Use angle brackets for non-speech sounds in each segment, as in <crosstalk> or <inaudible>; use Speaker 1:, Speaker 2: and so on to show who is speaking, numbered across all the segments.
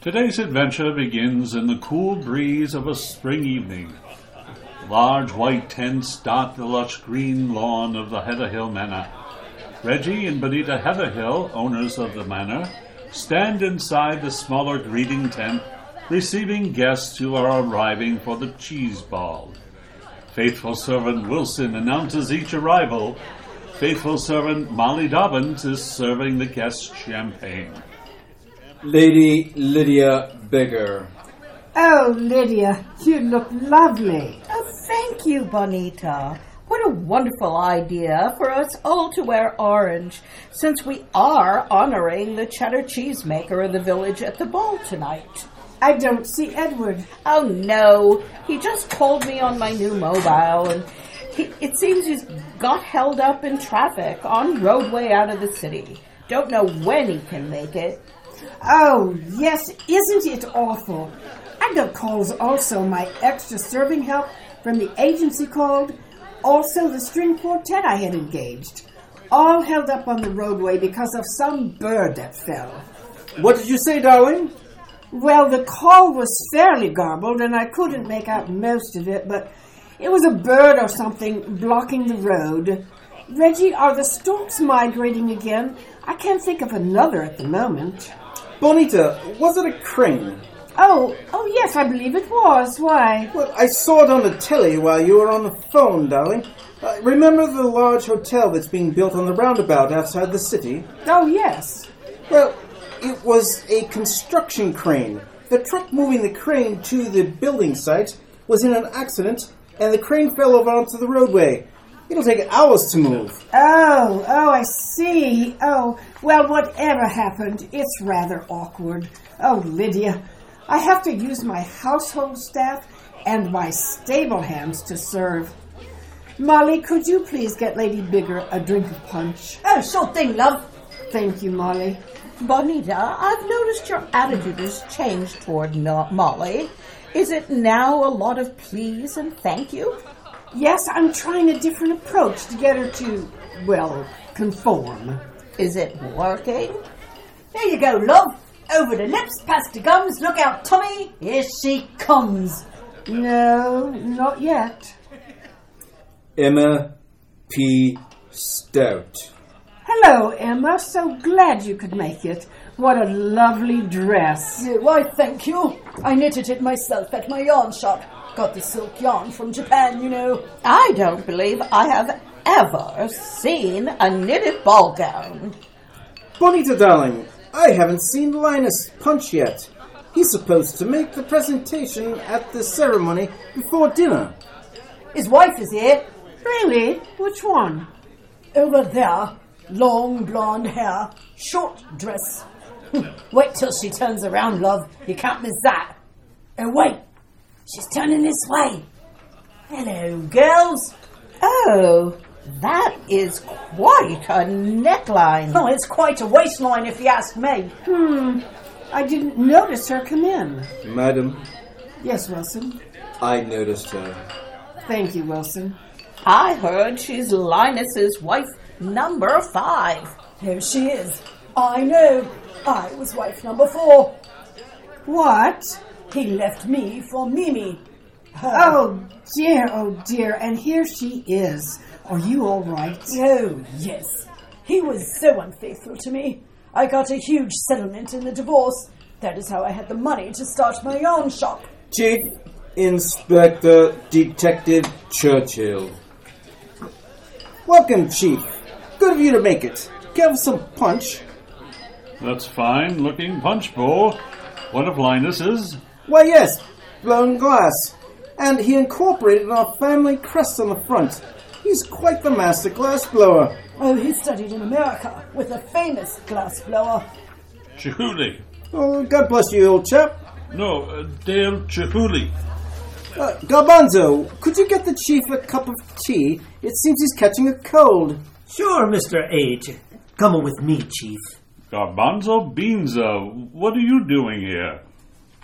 Speaker 1: Today's adventure begins in the cool breeze of a spring evening. Large white tents dot the lush green lawn of the Heatherhill Manor. Reggie and Benita Heatherhill, owners of the manor, stand inside the smaller greeting tent, receiving guests who are arriving for the cheese ball. Faithful servant Wilson announces each arrival. Faithful servant Molly Dobbins is serving the guests champagne.
Speaker 2: Lady Lydia Beggar.
Speaker 3: Oh, Lydia, you look lovely.
Speaker 4: Oh, thank you, Bonita. What a wonderful idea for us all to wear orange, since we are honoring the cheddar cheesemaker of the village at the ball tonight.
Speaker 3: I don't see Edward.
Speaker 4: Oh no, he just called me on my new mobile, and he, it seems he's got held up in traffic on roadway out of the city. Don't know when he can make it.
Speaker 3: Oh, yes, isn't it awful? I got calls also. My extra serving help from the agency called, also the string quartet I had engaged. All held up on the roadway because of some bird that fell.
Speaker 2: What did you say, darling?
Speaker 3: Well, the call was fairly garbled and I couldn't make out most of it, but it was a bird or something blocking the road. Reggie, are the storks migrating again? I can't think of another at the moment.
Speaker 2: Bonita, was it a crane?
Speaker 3: Oh, oh yes, I believe it was. Why?
Speaker 2: Well, I saw it on the telly while you were on the phone, darling. Uh, remember the large hotel that's being built on the roundabout outside the city?
Speaker 3: Oh, yes.
Speaker 2: Well, it was a construction crane. The truck moving the crane to the building site was in an accident, and the crane fell over onto the roadway. It'll take hours to move.
Speaker 3: Oh, oh, I see. Oh, well, whatever happened, it's rather awkward. Oh, Lydia, I have to use my household staff and my stable hands to serve. Molly, could you please get Lady Bigger a drink of punch?
Speaker 4: Oh, sure thing, love.
Speaker 3: Thank you, Molly.
Speaker 4: Bonita, I've noticed your attitude has changed toward no- Molly. Is it now a lot of please and thank you?
Speaker 3: Yes, I'm trying a different approach to get her to, well, conform.
Speaker 4: Is it working?
Speaker 5: There you go, love. Over the lips, past the gums. Look out, Tommy. Here she comes.
Speaker 3: No, not yet.
Speaker 2: Emma P. Stout.
Speaker 3: Hello, Emma. So glad you could make it. What a lovely dress.
Speaker 5: Yeah, Why, thank you. I knitted it myself at my yarn shop. Got the silk yarn from Japan, you know.
Speaker 4: I don't believe I have ever seen a knitted ball gown.
Speaker 2: Bonita, darling, I haven't seen Linus Punch yet. He's supposed to make the presentation at the ceremony before dinner.
Speaker 5: His wife is here.
Speaker 3: Really? Which one?
Speaker 5: Over there. Long blonde hair. Short dress. <laughs> Hmm, Wait till she turns around, love. You can't miss that. Oh, wait. She's turning this way. Hello, girls.
Speaker 4: Oh, that is quite a neckline.
Speaker 5: Oh, it's quite a waistline if you ask me.
Speaker 3: I didn't notice her come in.
Speaker 2: Madam,
Speaker 3: Yes, Wilson.
Speaker 2: I noticed her.
Speaker 3: Thank you, Wilson.
Speaker 4: I heard she's Linus's wife number five.
Speaker 5: Here she is. I know. I was wife number four.
Speaker 3: What?
Speaker 5: He left me for Mimi.
Speaker 3: Oh dear, oh dear, and here she is. Are you all right?
Speaker 5: Oh, yes. He was so unfaithful to me. I got a huge settlement in the divorce. That is how I had the money to start my yarn shop.
Speaker 2: Chief Inspector Detective Churchill. Welcome, Chief. Good of you to make it. Give us some punch.
Speaker 1: That's fine looking punch bowl. One of Linus's.
Speaker 2: Why, yes, blown glass. And he incorporated our family crest on the front. He's quite the master glass blower.
Speaker 5: Oh, he studied in America with a famous glass blower.
Speaker 1: Chihuly.
Speaker 2: Oh, God bless you, old chap.
Speaker 1: No, uh, Dale Chihuly.
Speaker 2: Uh, Garbanzo, could you get the chief a cup of tea? It seems he's catching a cold.
Speaker 6: Sure, Mr. H. Come with me, Chief.
Speaker 1: Garbanzo Beanza, what are you doing here?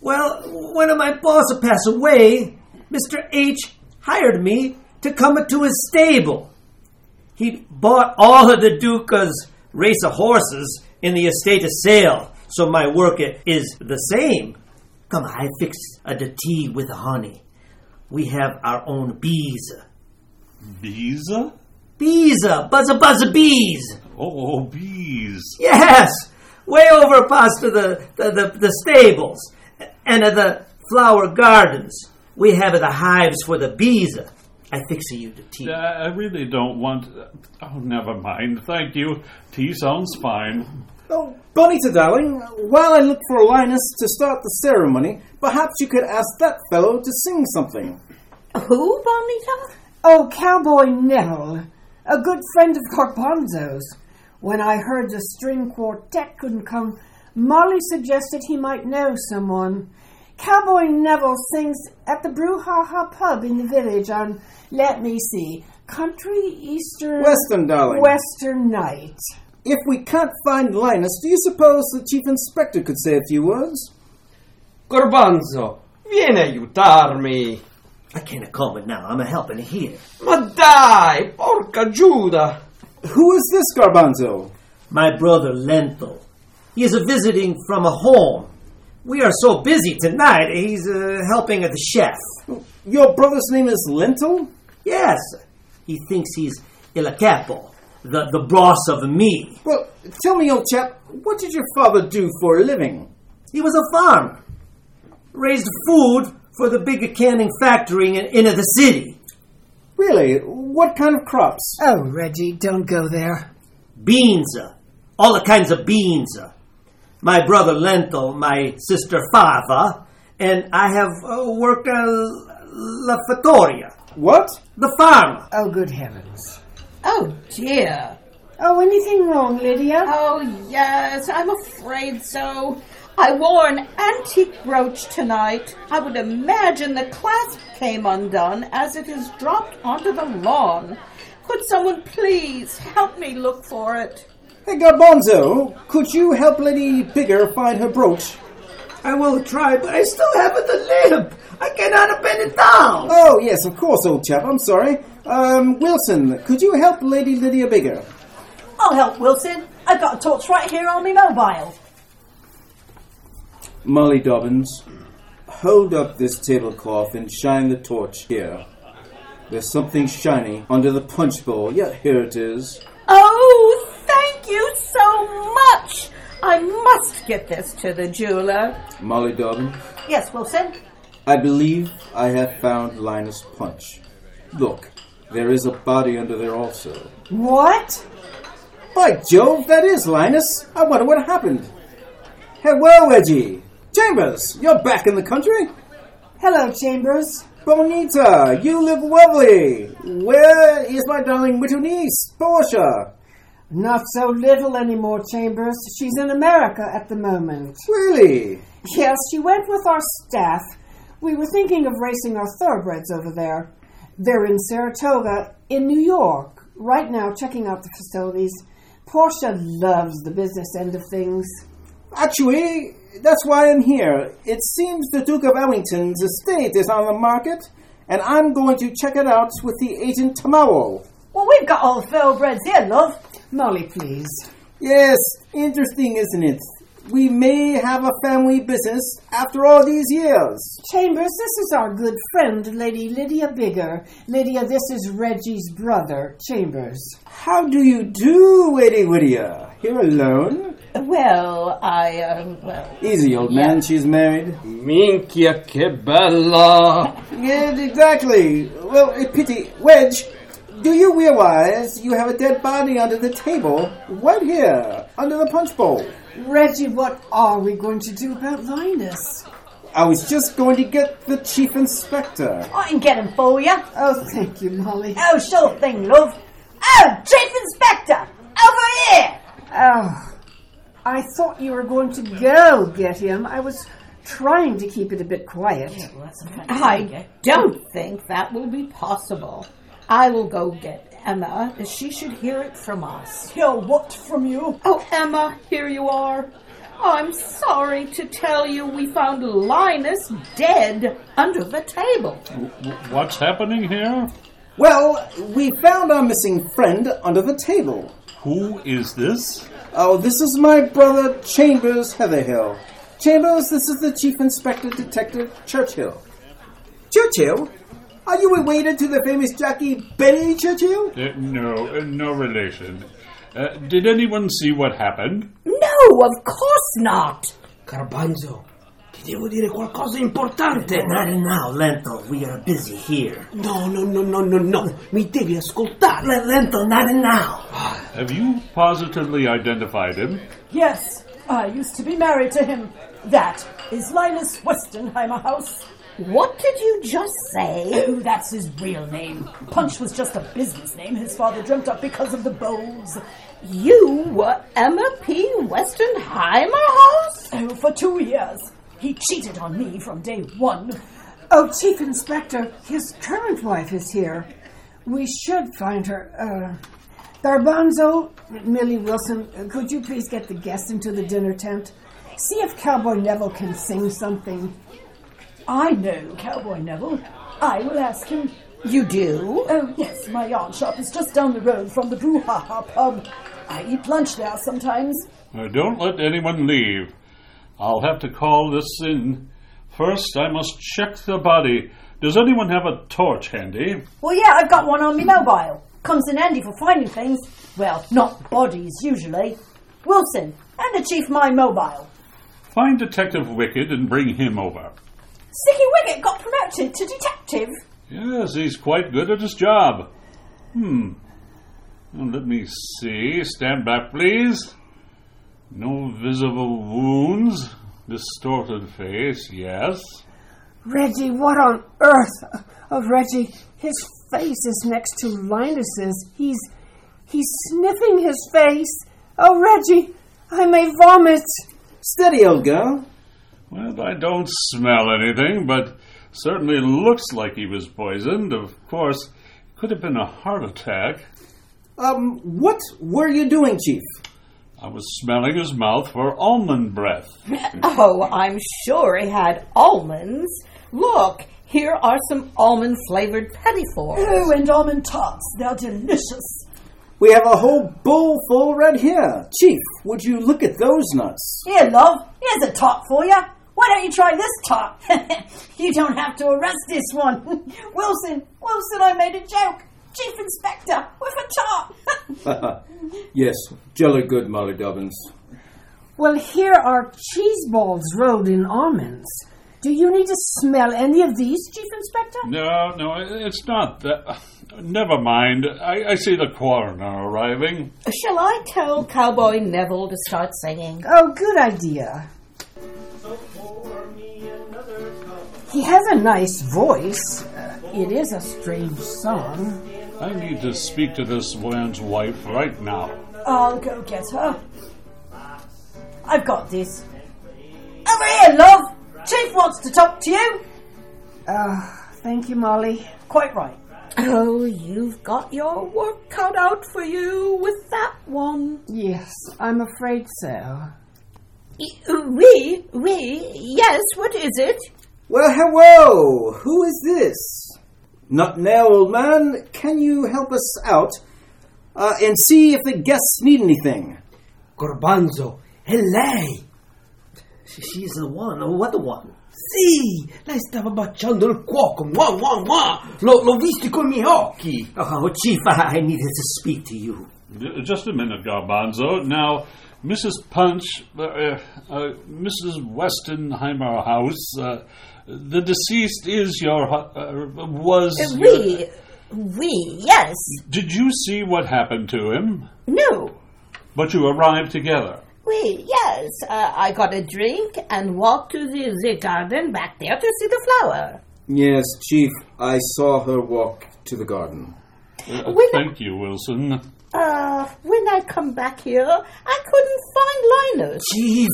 Speaker 6: Well, when my boss passed away, Mr. H hired me to come into his stable. He bought all of the Duca's race of horses in the estate of sale, so my work i- is the same. Come, I fix a the tea with honey. We have our own bees.
Speaker 1: Visa?
Speaker 6: Bees, uh, buzza buzza bees.
Speaker 1: Oh, bees.
Speaker 6: Yes, way over past the the, the, the stables and uh, the flower gardens. We have the hives for the bees. I fix you the tea.
Speaker 1: I I really don't want. Oh, never mind. Thank you. Tea sounds fine.
Speaker 2: Oh, Bonita, darling, while I look for Linus to start the ceremony, perhaps you could ask that fellow to sing something.
Speaker 4: Who, Bonita?
Speaker 3: Oh, Cowboy Neville, a good friend of Carponzo's. When I heard the string quartet couldn't come, Molly suggested he might know someone. Cowboy Neville sings at the Brouhaha pub in the village on, let me see, Country Eastern
Speaker 2: Western, darling.
Speaker 3: Western Night.
Speaker 2: If we can't find Linus, do you suppose the chief inspector could say a few words?
Speaker 7: Garbanzo, vieni a aiutarmi.
Speaker 6: I can't comb it now. I'm a helping here.
Speaker 7: Ma dai, porca Giuda!
Speaker 2: Who is this Garbanzo?
Speaker 6: My brother Lento. He is visiting from a home. We are so busy tonight. He's uh, helping at the chef.
Speaker 2: Your brother's name is Lentil?
Speaker 6: Yes, he thinks he's il capo, the the boss of me.
Speaker 2: Well, tell me, old chap, what did your father do for a living?
Speaker 6: He was a farmer, raised food for the big canning factory in, in the city.
Speaker 2: Really, what kind of crops?
Speaker 3: Oh, Reggie, don't go there.
Speaker 6: Beans, uh, all the kinds of beans. uh. My brother Lento, my sister Fava, and I have uh, worked at La Fattoria.
Speaker 2: What?
Speaker 6: The farm.
Speaker 3: Oh, good heavens.
Speaker 4: Oh, dear.
Speaker 3: Oh, anything wrong, Lydia?
Speaker 4: Oh, yes, I'm afraid so. I wore an antique brooch tonight. I would imagine the clasp came undone as it is dropped onto the lawn. Could someone please help me look for it?
Speaker 2: Hey, Garbanzo, could you help Lady Bigger find her brooch?
Speaker 6: I will try, but I still have it to limp. I cannot bend it down.
Speaker 2: Oh, yes, of course, old chap, I'm sorry. Um, Wilson, could you help Lady Lydia Bigger?
Speaker 5: I'll help, Wilson. I've got a torch right here on my mobile.
Speaker 2: Molly Dobbins, hold up this tablecloth and shine the torch here. There's something shiny under the punch bowl. Yeah, here it is.
Speaker 4: Oh, thank you so much! I must get this to the jeweler.
Speaker 2: Molly Dobbins,
Speaker 4: Yes, Wilson?
Speaker 2: I believe I have found Linus Punch. Look, there is a body under there also.
Speaker 3: What?
Speaker 2: By Jove, that is Linus. I wonder what happened. Hello, Edgy. Chambers, you're back in the country?
Speaker 3: Hello, Chambers.
Speaker 2: Bonita, you live lovely. Where is my darling little niece, Portia?
Speaker 3: Not so little anymore, Chambers. She's in America at the moment.
Speaker 2: Really?
Speaker 3: Yes, she went with our staff. We were thinking of racing our thoroughbreds over there. They're in Saratoga, in New York, right now, checking out the facilities. Portia loves the business end of things.
Speaker 2: Actually, that's why I'm here. It seems the Duke of Ellington's estate is on the market, and I'm going to check it out with the agent tomorrow.
Speaker 5: Well, we've got all the thoroughbreds here, love.
Speaker 3: Molly, please.
Speaker 2: Yes, interesting, isn't it? We may have a family business after all these years.
Speaker 3: Chambers, this is our good friend, Lady Lydia Bigger. Lydia, this is Reggie's brother, Chambers.
Speaker 2: How do you do, Lady Whittier? Here alone?
Speaker 4: Well, I, um, well.
Speaker 2: Easy, old man, she's married.
Speaker 7: Minchia, che bella!
Speaker 2: Yeah, exactly. Well, a pity. Wedge, do you realize you have a dead body under the table, right here, under the punch bowl?
Speaker 3: Reggie, what are we going to do about Linus?
Speaker 2: I was just going to get the chief inspector.
Speaker 5: I can get 'em for you.
Speaker 3: Oh, thank you, Molly.
Speaker 5: Oh, sure thing, love. Oh, Chief Inspector, over here.
Speaker 3: Oh, I thought you were going to go get him. I was trying to keep it a bit quiet.
Speaker 4: I don't think that will be possible. I will go get Emma. She should hear it from us.
Speaker 5: Hear what from you?
Speaker 4: Oh, Emma, here you are. I'm sorry to tell you we found Linus dead under the table.
Speaker 1: W- What's happening here?
Speaker 2: Well, we found our missing friend under the table.
Speaker 1: Who is this?
Speaker 2: Oh, this is my brother Chambers Heatherhill. Chambers, this is the Chief Inspector Detective Churchill. Churchill? Are you a waiter to the famous jockey Benny Churchill?
Speaker 1: Uh, no, uh, no relation. Uh, did anyone see what happened?
Speaker 5: No, of course not.
Speaker 7: Garbanzo, ti devo dire qualcosa importante.
Speaker 6: Not now, Lento. We are busy here.
Speaker 7: No, no, no, no, no, no. Mi devi ascoltare. Ah,
Speaker 6: Le- Lento, not now.
Speaker 1: Have you positively identified him?
Speaker 5: Yes, I used to be married to him. That is Linus Westenheimer House.
Speaker 4: What did you just say?
Speaker 5: Ooh, Oh, that's his real name. Punch was just a business name his father dreamt up because of the bowls.
Speaker 4: You were Emma P. Westenheimer House?
Speaker 5: Oh, for two years. He cheated on me from day one.
Speaker 3: Oh, Chief Inspector, his current wife is here. We should find her. Uh, Garbanzo, Millie Wilson, uh, could you please get the guests into the dinner tent? See if Cowboy Neville can sing something.
Speaker 5: I know Cowboy Neville. I will ask him.
Speaker 4: You do?
Speaker 5: Oh, yes, my yarn shop is just down the road from the Brouhaha pub. I eat lunch there sometimes.
Speaker 1: Uh, don't let anyone leave. I'll have to call this in. First, I must check the body. Does anyone have a torch handy?
Speaker 5: Well, yeah, I've got one on me mobile. Comes in handy for finding things. Well, not bodies, usually. Wilson, and the chief my mobile.
Speaker 1: Find Detective Wicked and bring him over.
Speaker 5: Sticky Wicket got promoted to detective.
Speaker 1: Yes, he's quite good at his job. Hmm. Now, Let me see. Stand back, please. No visible wounds. Distorted face, yes.
Speaker 8: Reggie, what on earth? Oh, Reggie, his face is next to Linus's. He's he's sniffing his face. Oh, Reggie, I may vomit.
Speaker 2: Steady, old girl.
Speaker 1: Well, I don't smell anything, but certainly looks like he was poisoned. Of course, it could have been a heart attack.
Speaker 2: Um, what were you doing, Chief?
Speaker 1: I was smelling his mouth for almond breath.
Speaker 4: Oh, I'm sure he had almonds. Look, here are some almond flavored pettifores.
Speaker 5: Oh, and almond tarts. They're delicious.
Speaker 2: We have a whole bowl full right here. Chief, would you look at those nuts? <laughs>
Speaker 5: Here, love, here's a tart for you. Why don't you try this tart? <laughs> you don't have to arrest this one. <laughs> Wilson, Wilson, I made a joke. Chief Inspector, with a tart. <laughs>
Speaker 2: Yes, jolly good, Molly Dobbins.
Speaker 8: Well, here are cheese balls rolled in almonds. Do you need to smell any of these, Chief Inspector?
Speaker 1: No, no, it's not that. Never mind. I, I see the coroner arriving.
Speaker 4: Shall I tell Cowboy Neville to start singing?
Speaker 8: Oh, good idea.
Speaker 3: He has a nice voice. Uh, it is a strange song.
Speaker 1: I need to speak to this man's wife right now.
Speaker 5: I'll go get her. I've got this. Over here, love. Chief wants to talk to you.
Speaker 3: Thank you, Molly.
Speaker 5: Quite right.
Speaker 4: Oh, you've got your work cut out for you with that one.
Speaker 3: Yes, I'm afraid so.
Speaker 4: We, we, yes, what is it?
Speaker 2: Well, hello! Who is this? Not now, old man. Can you help us out uh, and see if the guests need anything?
Speaker 7: Garbanzo, è lei.
Speaker 6: She's the one. Oh, what the one?
Speaker 7: Sì, lei stava baciando il cuoco. Mua, mua, mua. L'ho, l'ho visto con i miei occhi.
Speaker 6: Oh, Chief, I, I needed to speak to you.
Speaker 1: J- Just a minute, Garbanzo. Now, Mrs. Punch, uh, uh, uh, Mrs. Westenheimer House, uh, the deceased is your. hu- Uh, was. your-
Speaker 4: We, we, yes.
Speaker 1: Did you see what happened to him?
Speaker 4: No,
Speaker 1: But you arrived together.
Speaker 4: we, yes. Uh, I got a drink and walked to the, the garden back there to see the flower.
Speaker 2: Yes, Chief, I saw her walk to the garden.
Speaker 1: Uh,
Speaker 4: When-
Speaker 1: thank you, Wilson.
Speaker 4: Uh, when I come back here, I couldn't find Linus.
Speaker 6: Chief,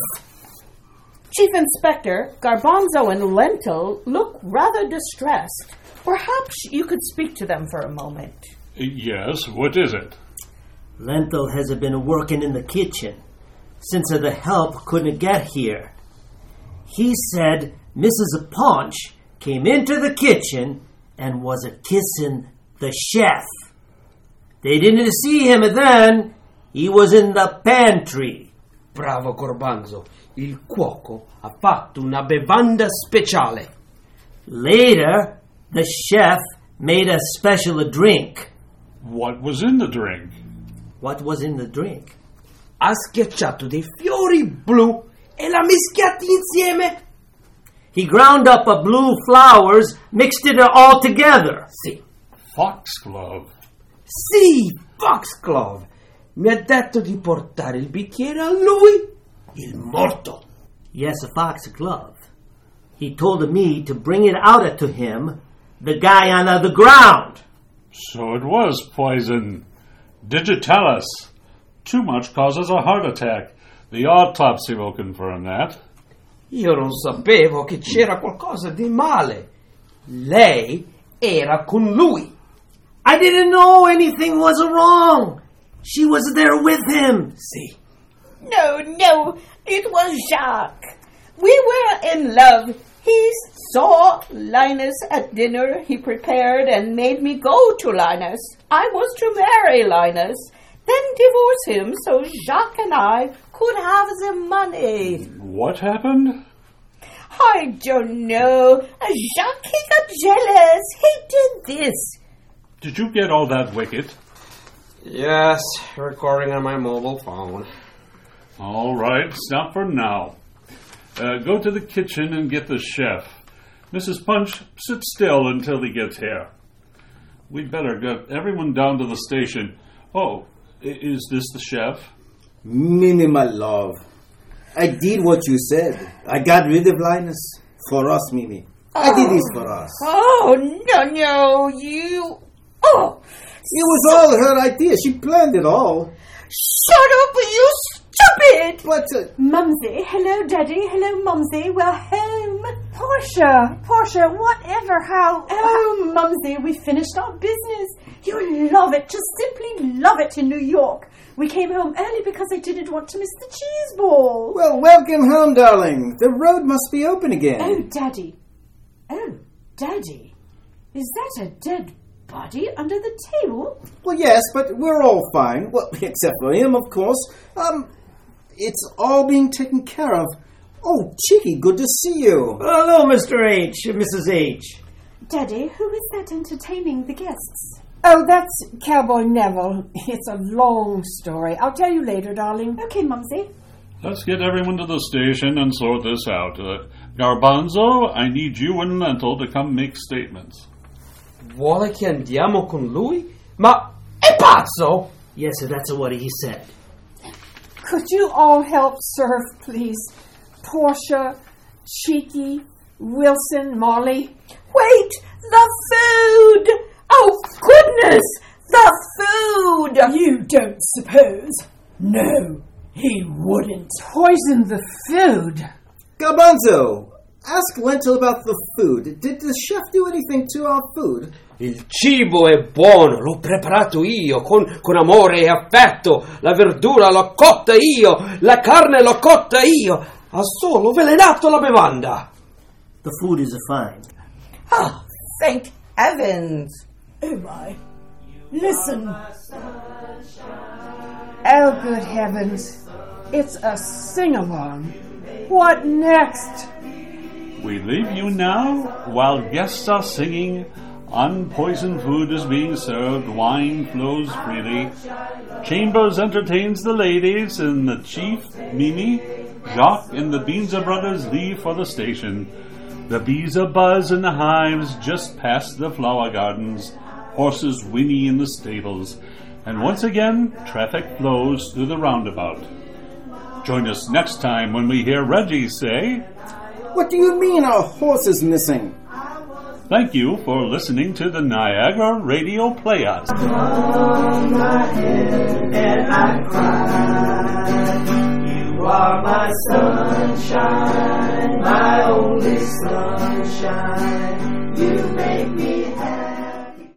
Speaker 4: Chief Inspector, Garbanzo and Lentil look rather distressed. Perhaps you could speak to them for a moment.
Speaker 1: Uh, Yes, what is it?
Speaker 6: Lento has been working in the kitchen since the help couldn't get here. He said Mrs. Paunch came into the kitchen and was a kissing the chef. They didn't see him then. He was in the pantry.
Speaker 7: Bravo Corbanzo, il cuoco ha fatto una bevanda speciale.
Speaker 6: Later, the chef made us special a drink.
Speaker 1: What was in the drink?
Speaker 6: What was in the drink?
Speaker 7: Ha schiacciato dei fiori blu e l'ha mischiati insieme.
Speaker 6: He ground up a blue flowers, mixed it all together.
Speaker 7: Sì,
Speaker 1: Foxglove.
Speaker 7: sì, Foxglove. Mi ha detto di portare il bicchiere a lui, il morto.
Speaker 6: Yes, a fox glove. He told me to bring it out to him, the guy on the ground.
Speaker 1: So it was poison. Digitalis. Too much causes a heart attack. The autopsy will confirm that.
Speaker 7: Io non sapevo che c'era qualcosa di male. Lei era con lui.
Speaker 6: I didn't know anything was wrong. She was there with him.
Speaker 7: Sì,
Speaker 4: No, no, it was Jacques. We were in love. He saw Linus at dinner he prepared and made me go to Linus. I was to marry Linus, then divorce him so Jacques and I could have the money.
Speaker 1: What happened?
Speaker 4: I don't know. Jacques, he got jealous. He did this.
Speaker 1: Did you get all that wicket?
Speaker 7: Yes, recording on my mobile phone.
Speaker 1: All right, stop for now. Uh, go to the kitchen and get the chef. Mrs. Punch, sit still until he gets here. We'd better get everyone down to the station. Oh, i- is this the chef?
Speaker 2: Minimal love. I did what you said. I got rid of Linus. For us, Mimi. I did this for us.
Speaker 4: Oh, no, no, you. Oh,
Speaker 2: It was all her idea. She planned it all.
Speaker 4: shut up, you stupid!
Speaker 2: But uh,
Speaker 5: Mumsy, hello, Daddy, hello, Mumsy, we're home.
Speaker 8: Portia, Portia, whatever, how?
Speaker 5: Oh, Mumsy, we finished our business. You love it, just simply love it in New York. We came home early because I didn't want to miss the cheese ball.
Speaker 2: well, welcome home, darling. The road must be open
Speaker 5: Oh,
Speaker 2: again.
Speaker 5: Daddy. Oh, Daddy. Is that a dead body under the table?
Speaker 2: Well, yes, but we're all fine. Well, <laughs> except for him, of course. Um, it's all being taken care of. Oh, Chicky, good to see you.
Speaker 6: Hello, Mr. H, Mrs. H.
Speaker 5: Daddy, who is that entertaining the guests?
Speaker 3: Oh, that's Cowboy Neville. It's a long story. I'll tell you later, darling.
Speaker 5: Okay, Mumsy.
Speaker 1: Let's get everyone to the station and sort this out. Uh, Garbanzo, I need you and Lentil to come make statements.
Speaker 7: Vuole che andiamo con lui? Ma è pazzo!
Speaker 6: Yes, that's what he said.
Speaker 3: Could you all help serve, please? Portia, Cheeky, Wilson, Molly.
Speaker 4: Wait, the food! Oh, goodness! The food!
Speaker 5: You don't suppose? No, he wouldn't.
Speaker 3: Poison the food.
Speaker 2: Garbanzo, ask Lentil about the food. Did the chef do anything to our food?
Speaker 7: Il cibo è buono, l'ho preparato io con, con amore e affetto. La verdura l'ho cotta io, la carne l'ho cotta io. Ha solo velenato la bevanda.
Speaker 6: The food is fine.
Speaker 4: Oh, thank heavens!
Speaker 5: Oh, my. Listen.
Speaker 3: Oh, good heavens. It's a sing along. What next?
Speaker 1: We leave you now while guests are singing. Unpoisoned food is being served, wine flows freely. Chambers entertains the ladies, and the chief, Mimi, Jacques, and the Beanza brothers leave for the station. The bees are buzz in the hives just past the flower gardens. Horses whinny in the stables. And once again, traffic flows through the roundabout. Join us next time when we hear Reggie say,
Speaker 2: What do you mean our horse is missing?
Speaker 1: Thank you for listening to the Niagara Radio Playhouse.
Speaker 9: sunshine, my only sunshine. You make me